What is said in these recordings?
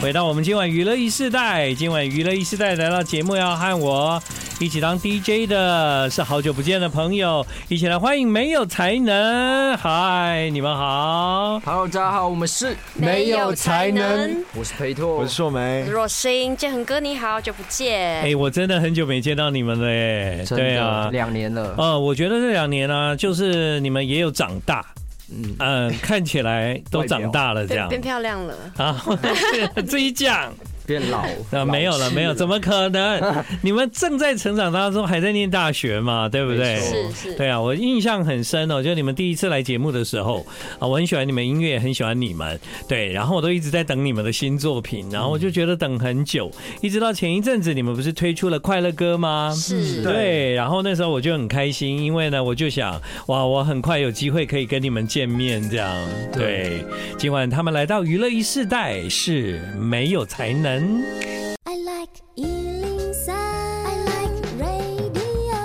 回到我们今晚娱乐一世代，今晚娱乐一世代来到节目要和我一起当 DJ 的是好久不见的朋友，一起来欢迎没有才能，嗨，你们好。 Hello，大家好，我们是没有才能，我是裴拓，我是硕梅，若星，建恒哥你好，久不见。哎、我真的很久没见到你们了耶。真对的啊，两年了，呃，我觉得这两年呢、就是你们也有长大，嗯， 嗯、看起来都长大了这变样变漂亮了，啊， 自己讲。变老， 啊，没有了，没有，怎么么可能？你们正在成长当中，还在念大学嘛，对不对没？错是是，对啊，我印象很深哦，就你们第一次来节目的时候啊，我很喜欢你们音乐，也很喜欢你们，对，然后我都一直在等你们的新作品，然后我就嗯觉得等很久，一直到前一阵子你们不是推出了快乐歌吗？是对，然后那时候我就很开心，因为呢，我就想，哇，我很快有机会可以跟你们见面，这样。对，今晚他们来到娱乐一世代是没有才能。 I like Ealing Sound. I like radio.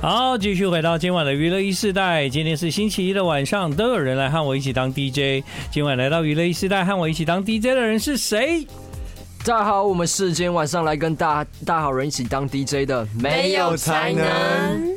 好，继续回到今晚的娱乐一世代。今天是星期一的晚上，都有人来和我一起当 DJ。今晚来到娱乐一世代和我一起当 DJ 的人是谁？大家好，我们是今天晚上来跟大大好人一起当 DJ 的，没有才能，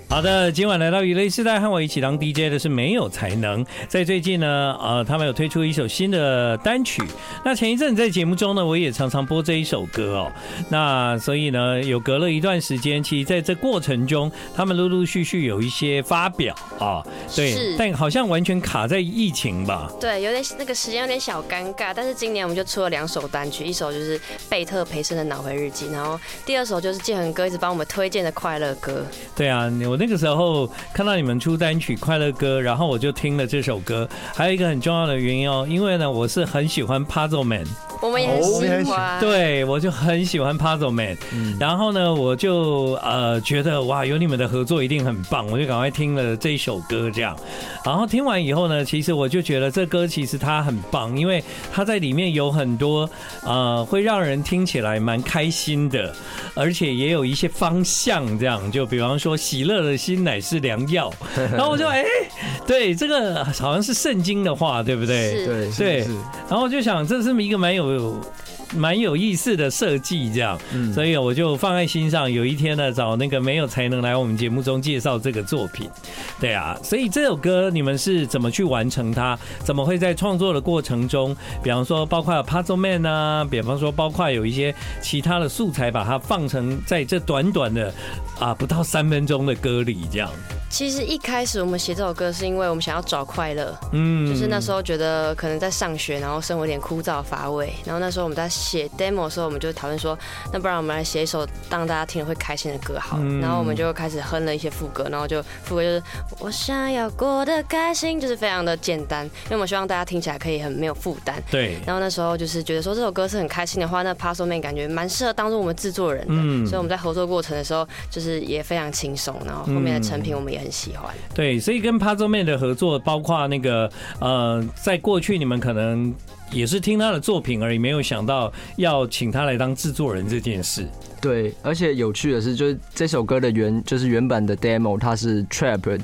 好的，今晚来到娱乐一世代和我一起当 DJ 的是没有才能。在最近呢，呃，他们有推出一首新的单曲。那前一阵在节目中呢，我也常常播这一首歌哦。那所以呢，有隔了一段时间，其实在这过程中，他们陆陆续续有一些发表啊，对是，但好像完全卡在疫情吧。对，有点那个时间有点小尴尬，但是今年我们就出了两首单曲，一首就是贝特培生的《脑回日记》，然后第二首就是建恒哥一直帮我们推荐的快乐歌，对啊，你我那个时候看到你们出单曲《快乐歌》，然后我就听了这首歌。还有一个很重要的原因哦，因为呢，我是很喜欢 Puzzle Man，我们也很哦我们也很喜喜欢。对我就很喜欢 Puzzle Man。然后呢，我就呃觉得哇，有你们的合作一定很棒，我就赶快听了这一首歌这样。然后听完以后呢，其实我就觉得这歌其实它很棒，因为它在里面有很多呃会让人听起来蛮开心的，而且也有一些方向这样。就比方说，喜乐的心乃是良药。然后我就哎、对，这个好像是圣经的话，对不对？对是对是是然后我就想，这是一个蛮有蛮有意思的设计，这样，嗯所以我就放在心上。有一天呢，找那个没有才能来我们节目中介绍这个作品，对啊，所以这首歌你们是怎么去完成它？怎么会在创作的过程中，比方说包括 Puzzle Man 啊，比方说包括有一些其他的素材，把它放成在这短短的啊不到三分钟的歌里，这样，其实一开始我们写这首歌是因为我们想要找快乐，嗯，就是那时候觉得可能在上学，然后生活有点枯燥乏味。然后那时候我们在写 demo 的时候，我们就讨论说，那不然我们来写一首让大家听了会开心的歌好了。嗯然后我们就开始哼了一些副歌，然后就副歌就是我想要过得开心，就是非常的简单，因为我们希望大家听起来可以很没有负担。对，然后那时候就是觉得说这首歌是很开心的话，那 Puzzle Man 感觉蛮适合当做我们制作人的，嗯所以我们在合作过程的时候就是也非常轻松，然后后面的成嗯品我们也很喜欢。对，所以跟 Puzzle Man 的合作，包括那个呃，在过去你们可能也是听他的作品而已，没有想到要请他来当制作人这件事。对，而且有趣的是，就是这首歌的原就是原版的 demo，它是 trap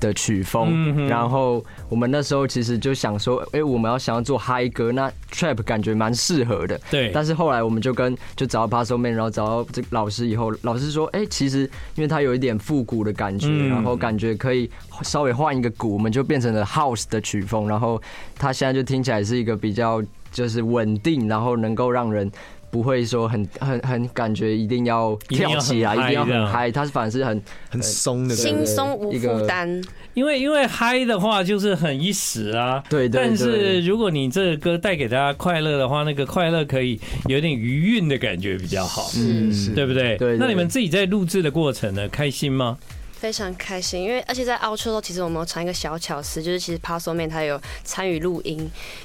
的曲风，嗯哼然后我们那时候其实就想说，哎、我们要想要做嗨歌，那 trap 感觉蛮适合的，对，但是后来我们就跟就找到 Puzzle Man，然后找到这个老师以后，老师说，哎、其实因为它有一点复古的感觉，嗯然后感觉可以稍微换一个鼓，我们就变成了 House 的曲风，然后它现在就听起来是一个比较就是稳定，然后能够让人。不会说很很很感觉一定要一定要跳起来，很嗨一定要这很样嗨，它是反而是很很松的，轻松无一个负担，因为因为嗨的话就是很一时啊。对对但是对如果你这个歌带给大家快乐的话，那个快乐可以有点余韵的感觉比较好，嗯是对不对？对对那你们自己在录制的过程呢，开心吗？非常开心，因为而且在 outro 的时候，其实我们有传一个小巧思，就是其实 Puzzle Man 他有参与录音，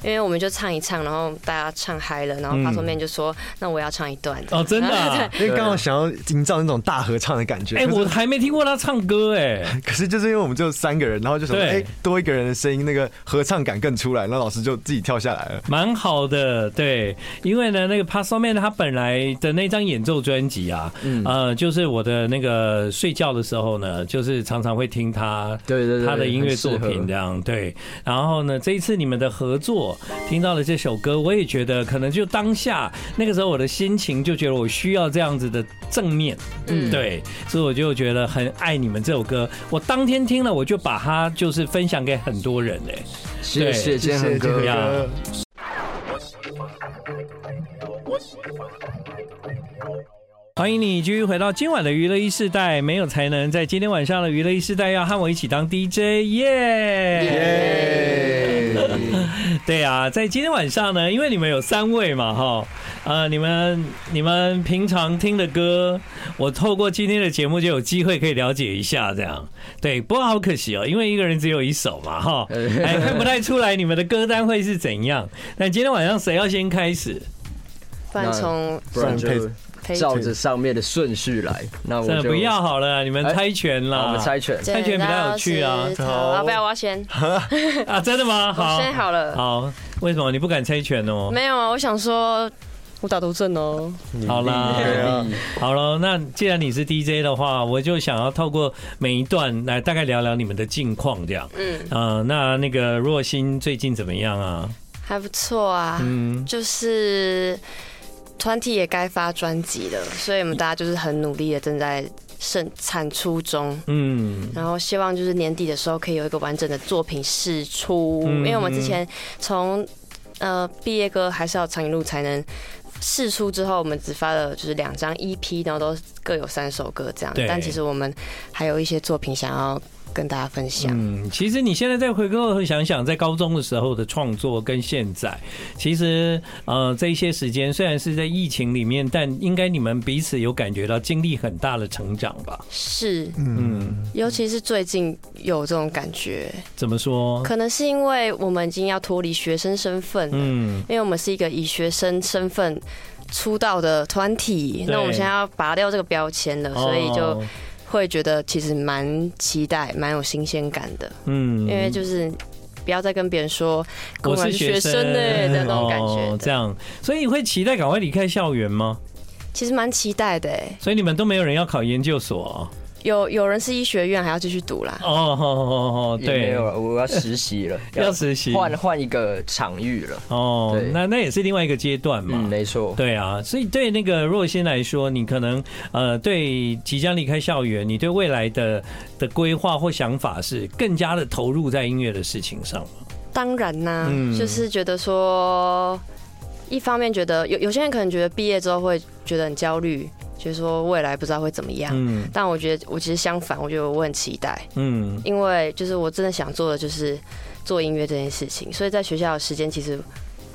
因为我们就唱一唱，然后大家唱嗨了，然后嗯 Puzzle Man 就说：“那我要唱一段。”哦，真的、 啊。因为刚好想要营造那种大合唱的感觉。哎、可是我还没听过他唱歌哎、可是就是因为我们只有三个人，然后就想说，对哎、多一个人的声音，那个合唱感更出来，然后老师就自己跳下来了。蛮好的，对，因为呢，那个 Puzzle Man 他嗯本来的那张演奏专辑啊，呃，就是我的那个睡觉的时候呢，就是常常会听他对对对，他的音乐作很适品合这样对。然后呢，这一次你们的合作听到了这首歌，我也觉得可能就当下那个时候我的心情就觉得我需要这样子的正面，嗯，对，所以我就觉得很爱你们这首歌。我当天听了，我就把它就是分享给很多人哎、谢谢建恒建哥恒哥。欢迎你继续回到今晚的娱乐一世代，没有才能在今天晚上的娱乐一世代要和我一起当 DJ 耶、哎对啊，在今天晚上呢，因为你们有三位嘛哈，呃，你们你们平常听的歌，我透过今天的节目就有机会可以了解一下这样。对，不过好可惜哦，因为一个人只有一首嘛 哈，哎，看不太出来你们的歌单会是怎样。那今天晚上谁要先开始？不然从不然算就陪照着上面的顺序来。那我真的就哎不要好了，你们猜拳好啦，我们猜拳。看起来比较有趣啊 好，啊不要，我要先，啊，真的吗？好我，先好了。好，为什么你不敢猜拳哦？没有啊，我想说，我打头阵哦。好啦，对啊好了，那既然你是 DJ 的话，我就想要透过每一段来大概聊聊你们的近况，这样。嗯，呃，那那个若欣最近怎么样啊？还不错啊，嗯，就是团体也该发专辑了，所以我们大家就是很努力的正在生产出中。嗯，然后希望就是年底的时候可以有一个完整的作品试出，嗯因为我们之前从呃毕业歌还是要长颈鹿才能试出之后，我们只发了就是两张 EP，然后都各有三首歌这样对。但其实我们还有一些作品想要跟大家分享。嗯，其实你现在再回过头想想，在高中的时候的创作跟现在，其实呃这一些时间虽然是在疫情里面，但应该你们彼此有感觉到经历很大的成长吧？是，嗯，尤其是最近有这种感觉，怎么说？可能是因为我们已经要脱离学生身份，嗯，因为我们是一个以学生身份。出道的团体，对那我们现在要拔掉这个标签了，所以就哦会觉得其实蛮期待、蛮有新鲜感的，嗯因为就是不要再跟别人说我跟是学生生呢的那种感哦觉这的，样，所以你会期待赶快离开校园吗？其实蛮期待的诶。所以你们都没有人要考研究所啊有有人是医学院还要继续读啦哦，，哦，哦哦哦也没对有，了，我要实习了，要实习换换一个场域了。哦对，那那也是另外一个阶段嗯，嘛。没错。对啊，所以对那个若欣来说，你可能呃，对即将离开校园，你对未来的的规划或想法是更加的投入在音乐的事情上吗当然啦、嗯就是觉得说，一方面觉得有有些人可能觉得毕业之后会觉得很焦虑，觉得说未来不知道会怎么样，嗯但我觉得我其实相反，我觉得我很期待，嗯因为就是我真的想做的就是做音乐这件事情，所以在学校的时间其实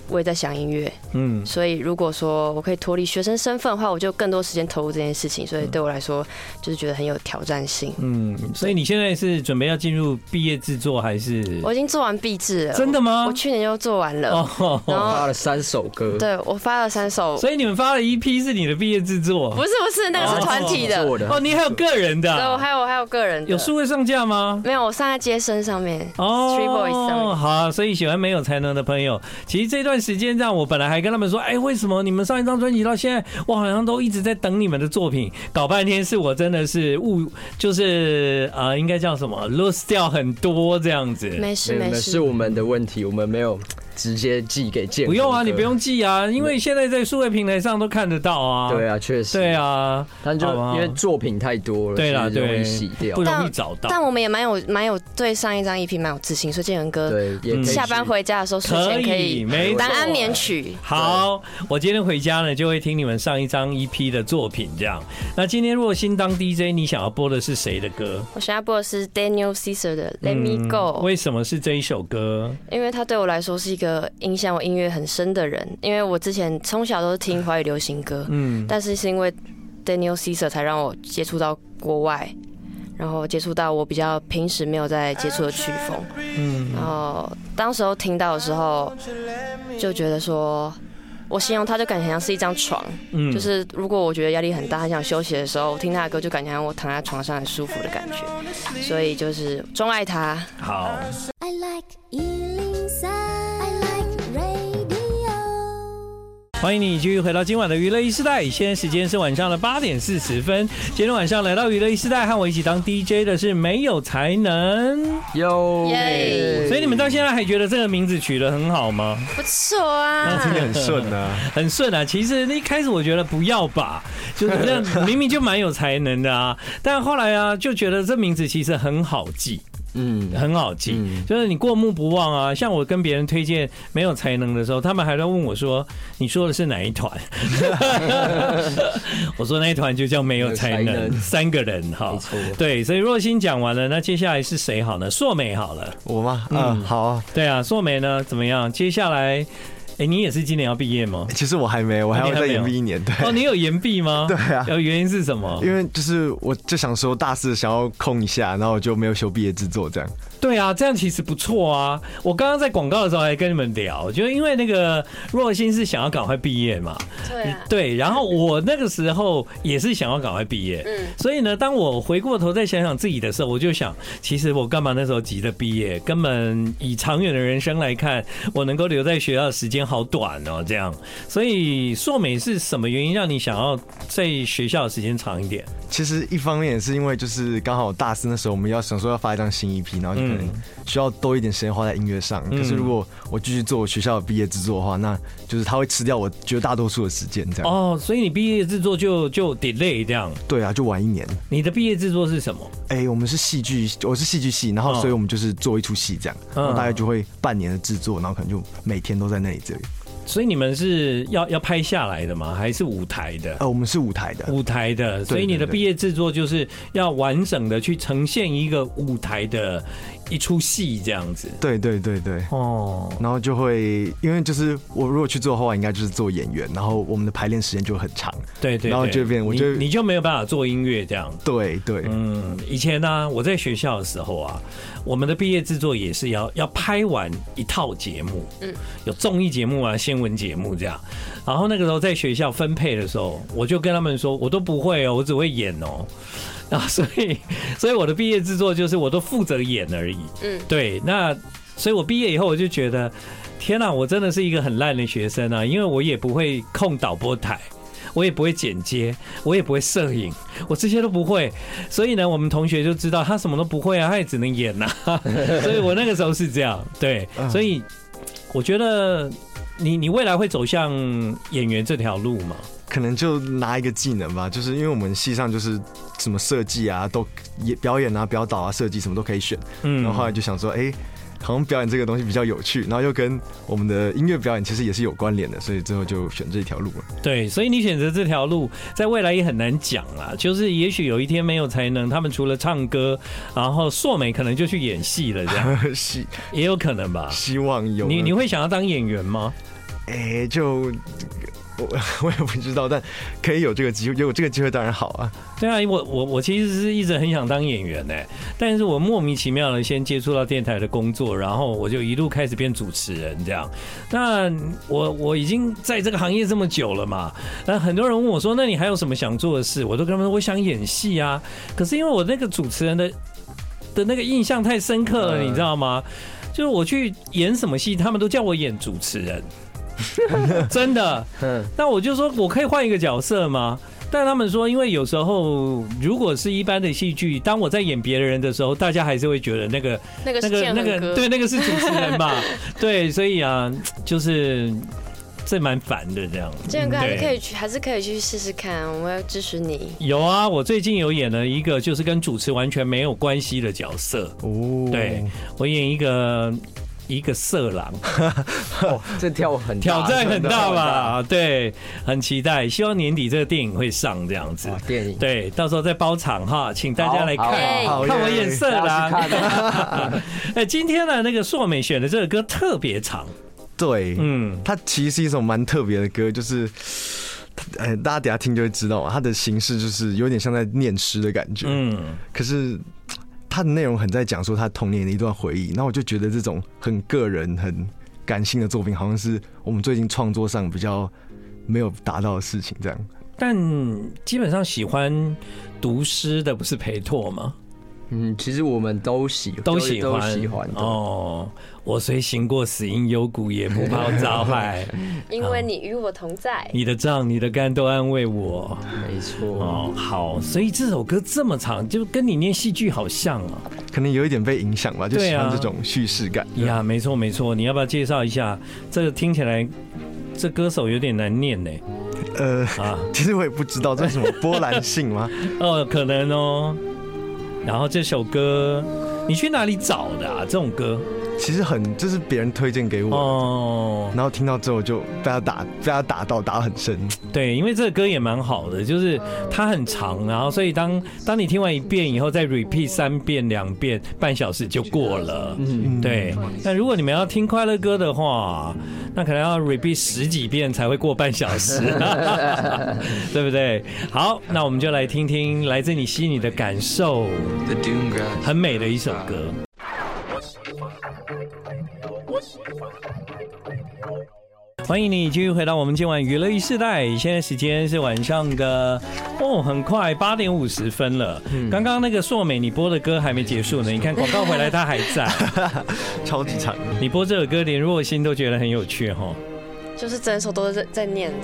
我也在想音乐，嗯，所以如果说我可以脱离学生身份的话，我就更多时间投入这件事情，所以对我来说就是觉得很有挑战性。嗯，所以你现在是准备要进入毕业制作还是？我已经做完壁纸了，真的吗我去年就做完了，哦，然发后了三首歌，对我发了三首，所以你们发了一批是你的毕业制作，不是不是，那个是团体的，做的哦，你还有个人的对，我还啊，有我还有个人的有数位上架吗？没有，我上在街声上面哦，Three Boys 上面。好啊、所以喜欢没有才能的朋友，其实这段时间让我本来还跟他们说，哎、为什么你们上一张专辑到现在，我好像都一直在等你们的作品，搞半天是我真的是误，就是呃，应该叫什么，lose 掉很多这样子。没事没是事，我们的问题，我们没有直接寄给建。不用啊，你不。用记啊，因为现在在数位平台上都看得到啊。对啊，确实。对，啊，但就好不好因为作品太多了，对啦，所以容易对洗，掉不。容易找到。但我们也蛮有蛮有对上一张 EP 蛮有自信，所以建仁哥对，也可以下班去回家的时候睡前可可以以没错当安眠曲。好，我今天回家呢，就会听你们上一张 EP 的作品这样。那今天若新当 DJ，你想要播的是谁的歌我想要播的是 Daniel Caesar 的《Let Me 嗯 Go》，为什么是这一首歌？因为他对我来说是一个影响我音乐很深的人。因为我之前从小都是听华语流行歌，嗯，但是是因为 Daniel Caesar 才让我接触到国外，然后接触到我比较平时没有在接触的曲风。嗯然后当时候听到的时候，就觉得说，我形容它就感觉像是一张床，嗯就是如果我觉得压力很大，很想休息的时候，我听他的歌就感觉像我躺在床上很舒服的感觉，所以就是钟爱他。好。 I like Ealing Sound. I like radio. 欢迎你继续回到今晚的娱乐一时代，现在时间是晚上的八点四十分。今天晚上来到娱乐一时代，和我一起当 DJ 的是没有才能，哟，耶所以你们到现在还觉得这个名字取得很好吗？不错啊，听得很顺啊。很顺啊。其实一开始我觉得不要吧，就是这 样，明明就蛮有才能的啊。但后来啊，就觉得这名字其实很好记，嗯，很好记，嗯就是你过目不忘啊。像我跟别人推荐没有才能的时候，他们还在问我说：“你说的是哪一团？” 我说那一团就叫没有才没有才能，能三个人哈没。错，对，所以若欣讲完了，那接下来是谁好呢？硕美好了，我吗？嗯，好啊。对啊，硕美呢怎么样？接下来，哎、你也是今年要毕业吗？其实我还没，我还啊要你还再没有延毕一年。对， 哦，你有延毕 吗？对啊有原因是什么？因为就是我就想说大四想要空一下，然后我就没有修毕业制作这样。对啊，这样其实不错啊。我刚刚在广告的时候还跟你们聊，就是因为那个若欣是想要赶快毕业嘛，嗯对啊，对，然后我那个时候也是想要赶快毕业，嗯所以呢，当我回过头再想想自己的时候，我就想，其实我干嘛那时候急着毕业？根本以长远的人生来看，我能够留在学校的时间好短哦，这样。所以硕美是什么原因让你想要在学校的时间长一点？其实一方面也是因为就是刚好大四那时候我们要想说要发一张新 EP，然后就可能需要多一点时间花在音乐上。嗯可是如果我继续做我学校的毕业制作的话，那就是它会吃掉我绝大多数的时间这样。哦，所以你毕业制作就就 delay 这样。对啊，就晚一年。你的毕业制作是什么？哎、我们是戏剧，我是戏剧系，然后嗯所以我们就是做一出戏这样，然后大概就会半年的制作，然后可能就每天都在那里这里。所以你们是要要拍下来的吗？还是舞台的？呃，我们是舞台的，舞台的，所以你的对对毕业制作就是要完整的去呈现一个舞台的一出戏这样子。对对对对。哦，然后就会，因为就是我如果去做的话，应该就是做演员，然后我们的排练时间就会很长。对对对然后这边我你就你就没有办法做音乐这样。对对，嗯，以前呢、我在学校的时候啊，我们的毕业制作也是要要拍完一套节目，嗯嗯，有综艺节目啊、新闻节目这样。然后那个时候在学校分配的时候，我就跟他们说，我都不会哦，我只会演哦。啊，所以， 所以我的毕业制作就是我都负责演而已。嗯，对，那所以我毕业以后我就觉得，天哪、我真的是一个很烂的学生啊，因为我也不会控导播台。我也不会剪接，我也不会摄影，我这些都不会，所以呢，我们同学就知道他什么都不会啊，他也只能演呐、所以我那个时候是这样，对，所以我觉得你你未来会走向演员这条路嘛？可能就拿一个技能吧，就是因为我们系上就是什么设计啊，都也表演啊、表导啊、设计什么都可以选。嗯然后后来就想说，哎、好像表演这个东西比较有趣，然后又跟我们的音乐表演其实也是有关联的，所以最后就选这条路了。 对，所以你选择这条路，在未来也很难讲啦。就是也许有一天没有才能，他们除了唱歌，然后硕美可能就去演戏了，这 样希也有可能吧。希望有你你会想要当演员吗？哎、就 我我也不知道，但可以有这个机会，有这个机会当然好啊。对啊，我我我其实是一直很想当演员呢、但是我莫名其妙的先接触到电台的工作，然后我就一路开始变主持人这样。那我我已经在这个行业这么久了嘛，那很多人问我说，那你还有什么想做的事？我都跟他们说我想演戏啊，可是因为我那个主持人的的那个印象太深刻了，嗯你知道吗？就是我去演什么戏，他们都叫我演主持人，真的。 嗯，那我就说我可以换一个角色吗？但他们说，因为有时候如果是一般的戏剧，当我在演别人的时候，大家还是会觉得那个那个那是个建那恒个哥，对那个是主持人 吧？对，所以啊，就是这蛮烦的这样。嗯建恒哥还是对可以去，还是可以去试试看，我们要支持你。有啊，我最近有演了一个就是跟主持完全没有关系的角色，哦，对我演一个一个色狼，这跳很 大挑战很大？真的吧？对，很期待，希望年底这个电影会上这样子哇。电影对，到时候再包场哈，请大家来看好好好看我耶眼色大家啦。去看 哎，今天呢，那个硕美选的这个歌特别长，对，嗯，它其实是一首蛮特别的歌，就是，呃，大家等一下听就会知道嘛。它的形式就是有点像在念诗的感觉，嗯，可是它的内容很在讲说他童年的一段回忆。那我就觉得这种很个人、很感性的作品，好像是我们最近创作上比较没有达到的事情。这样，但基本上喜欢读诗的不是裴拓吗？嗯，其实我们都喜都喜都欢，喜欢哦。哦。我虽行过死荫幽谷，也不怕遭害。因为你与我同在。你的杖、你的竿都安慰我。没错，哦，好，所以这首歌这么长，就跟你念戏剧好像哦。可能有一点被影响吧，就喜欢对啊这种叙事感。呀，没错没错，你要不要介绍一下？这个听起来，这歌手有点难念呢。呃，啊， 其实我也不知道这是什么波兰性吗？哦，可能哦。然后这首歌，你去哪里找的啊？这种歌其实很，就是别人推荐给我，哦，然后听到之后就被他打，被他打到打得很深。对，因为这个歌也蛮好的，就是它很长，然后所以当当你听完一遍以后，再 repeat 三遍、两遍，半小时就过了。嗯，对，那如果你们要听快乐歌的话，那可能要 repeat 十几遍才会过半小时，对不对？好，那我们就来听听来自你心里的感受， The Doom Grass. 很美的一首歌。欢迎你继续回到我们今晚娱乐一世代，现在时间是晚上的哦，很快八点五十分了。刚刚那个硕美你播的歌还没结束呢，你看广告回来它还在。超级长，你播这首歌，连若心都觉得很有趣哈。就是整首都是在在念的。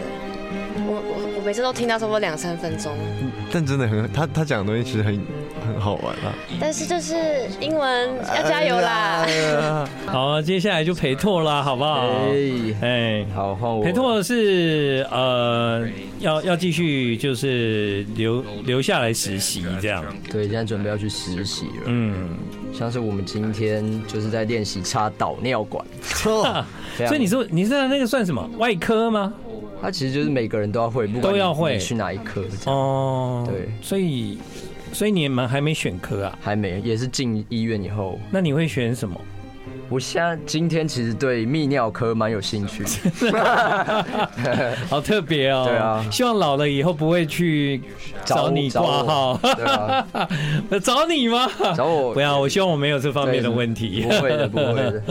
我我我每次都听到差不多两三分钟，但真的很，他他讲的东西其实很很好玩啊。但是就是英文要加油 啦！好，接下来就陪拓啦，好不好？哎，哎，好换我陪拓是呃，要要继续就是留留下来实习这样。对，现在准备要去实习了。嗯，像是我们今天就是在练习插导尿管，错，非常所以你说你是那个算什么外科吗？它其实就是每个人都要会，不管都要你会你去哪一科这样，哦，对所以所以你们还没选科啊？还没也是进医院以后，那你会选什么？我现在今天其实对泌尿科蛮有 兴趣，好特别哦！对啊希望老了以后不会去找你找挂我号，对啊， 找你吗？找我不要，我希望我没有这方面的问题。不会的，不会 的，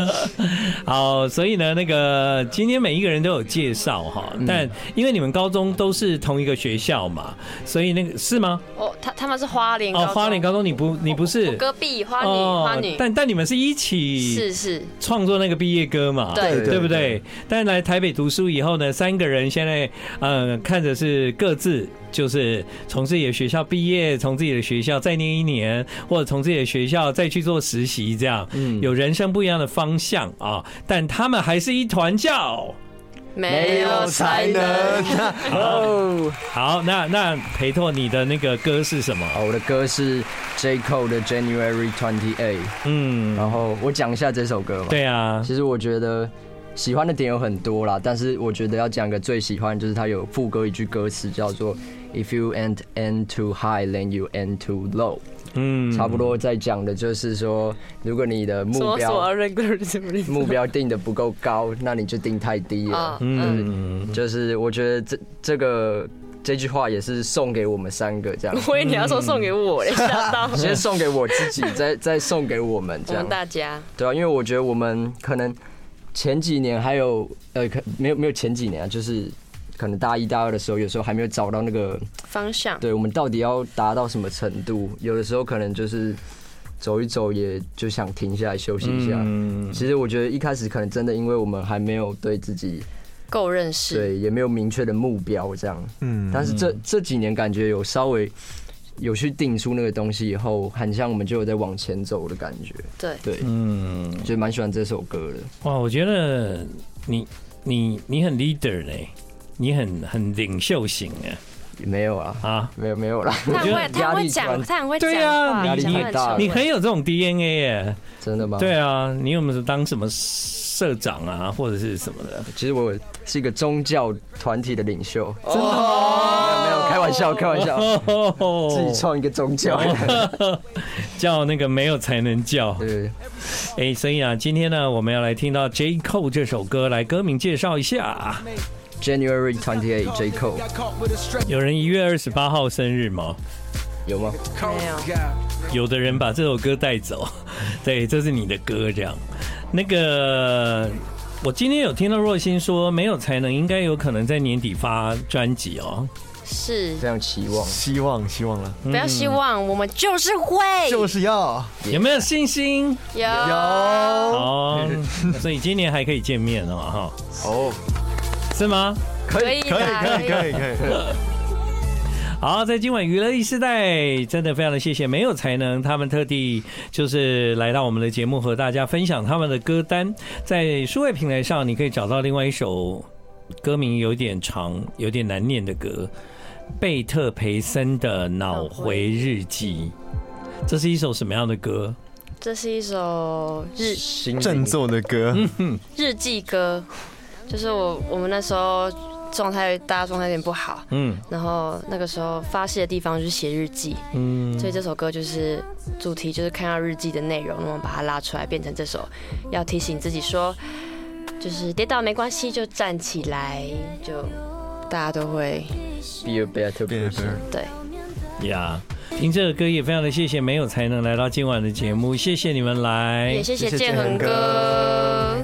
好，所以呢，那个今天每一个人都有介绍哈，嗯但因为你们高中都是同一个学校嘛，所以那个是吗？哦，他他们是花莲哦，中花莲高中你不你不我是？哦隔壁花女花女但但你们是一起是是创作那个毕业歌嘛？对对对不对？但来台北读书以后呢，三个人现在呃看着是各自就是从自己的学校毕业，从自己的学校再念一年，或者从自己的学校再去做实习，这样，嗯，有人生不一样的方向啊。但他们还是一团叫。没有哎才能。哦，好，那那裴拓，你的那个歌是什么？好，我的歌是 J Cole 的 January Twenty Eight，嗯，然后我讲一下这首歌嘛，对啊，其实我觉得喜欢的点有很多啦，但是我觉得要讲个最喜欢，就是它有副歌一句歌词叫做 "If you end end too high, then you end too low"，、嗯，差不多在讲的就是说，如果你的什目么什么标 regular 什么意思目标定的不够高，那你就定太低了。啊？嗯，，嗯，就是我觉得这这个这句话也是送给我们三个这样 我以为你要说送给我嘞，吓 到先送给我自己，再再送给我们我这样们。大家。对啊，因为我觉得我们可能前几年还有呃，可没有没有前几年啊，就是可能大一大二的时候，有时候还没有找到那个，方向，对我们到底要达到什么程度，有的时候可能就是走一走，也就想停下来休息一下。嗯其实我觉得一开始可能真的，因为我们还没有对自己，够认识，对也没有明确的目标这样。嗯，但是这这几年感觉有稍微有去定出那个东西以后，很像我们就有在往前走的感觉。对，对，嗯，就蛮喜欢这首歌的。哇，我觉得你你你很 leader 嘞，你很很领袖型也没有啊，啊啊，没有没有啦，他很觉会得他压很会力讲，转他很会对啊讲话，压力讲话太大了很你沉很稳有这种 DNA 耶。真的吗？对，啊，你有没有当什么社长啊，或者是什么的？其实我是一个宗教团体的领袖，真的哦吗？没有没有，开玩笑开玩笑，哦自己创一个宗教。 叫那个没有才能叫。对，哎、所以啊，今天呢，我们要来听到 J Cole 这首歌，来歌名介绍一下。 January Twenty Eight J Cole 有人一月二十八号生日吗？有吗？没有，有的人把这首歌带走， 对，这是你的歌，这样。那个，我今天有听到若欣说，没有才能应该有可能在年底发专辑哦。是，非常期望。希望希望了，不要希望，我们嗯就是会，就是要有没有信心？有有哦，所以今年还可以见面哦，哦，哈，是吗？可以可以啦可以可以可以，好，在今晚娱乐一时代，真的非常的谢谢没有才能，他们特地就是来到我们的节目和大家分享他们的歌单，在数位平台上你可以找到另外一首歌名有点长、有点难念的歌，贝特培森的《脑回日记》，这是一首什么样的歌？这是一首日心振作的歌，日记歌，就是我我们那时候状态大家状态有点不好，嗯然后那个时候发泄的地方就是写日记，嗯所以这首歌就是主题就是看到日记的内容，那么把它拉出来变成这首，要提醒自己说，就是跌倒没关系，就站起来，就大家都会 be a better Be a person。对。呀。听这个歌也非常的谢谢没有才能来到今晚的节目，谢谢你们来，哎也谢谢谢谢建建恒恒哥。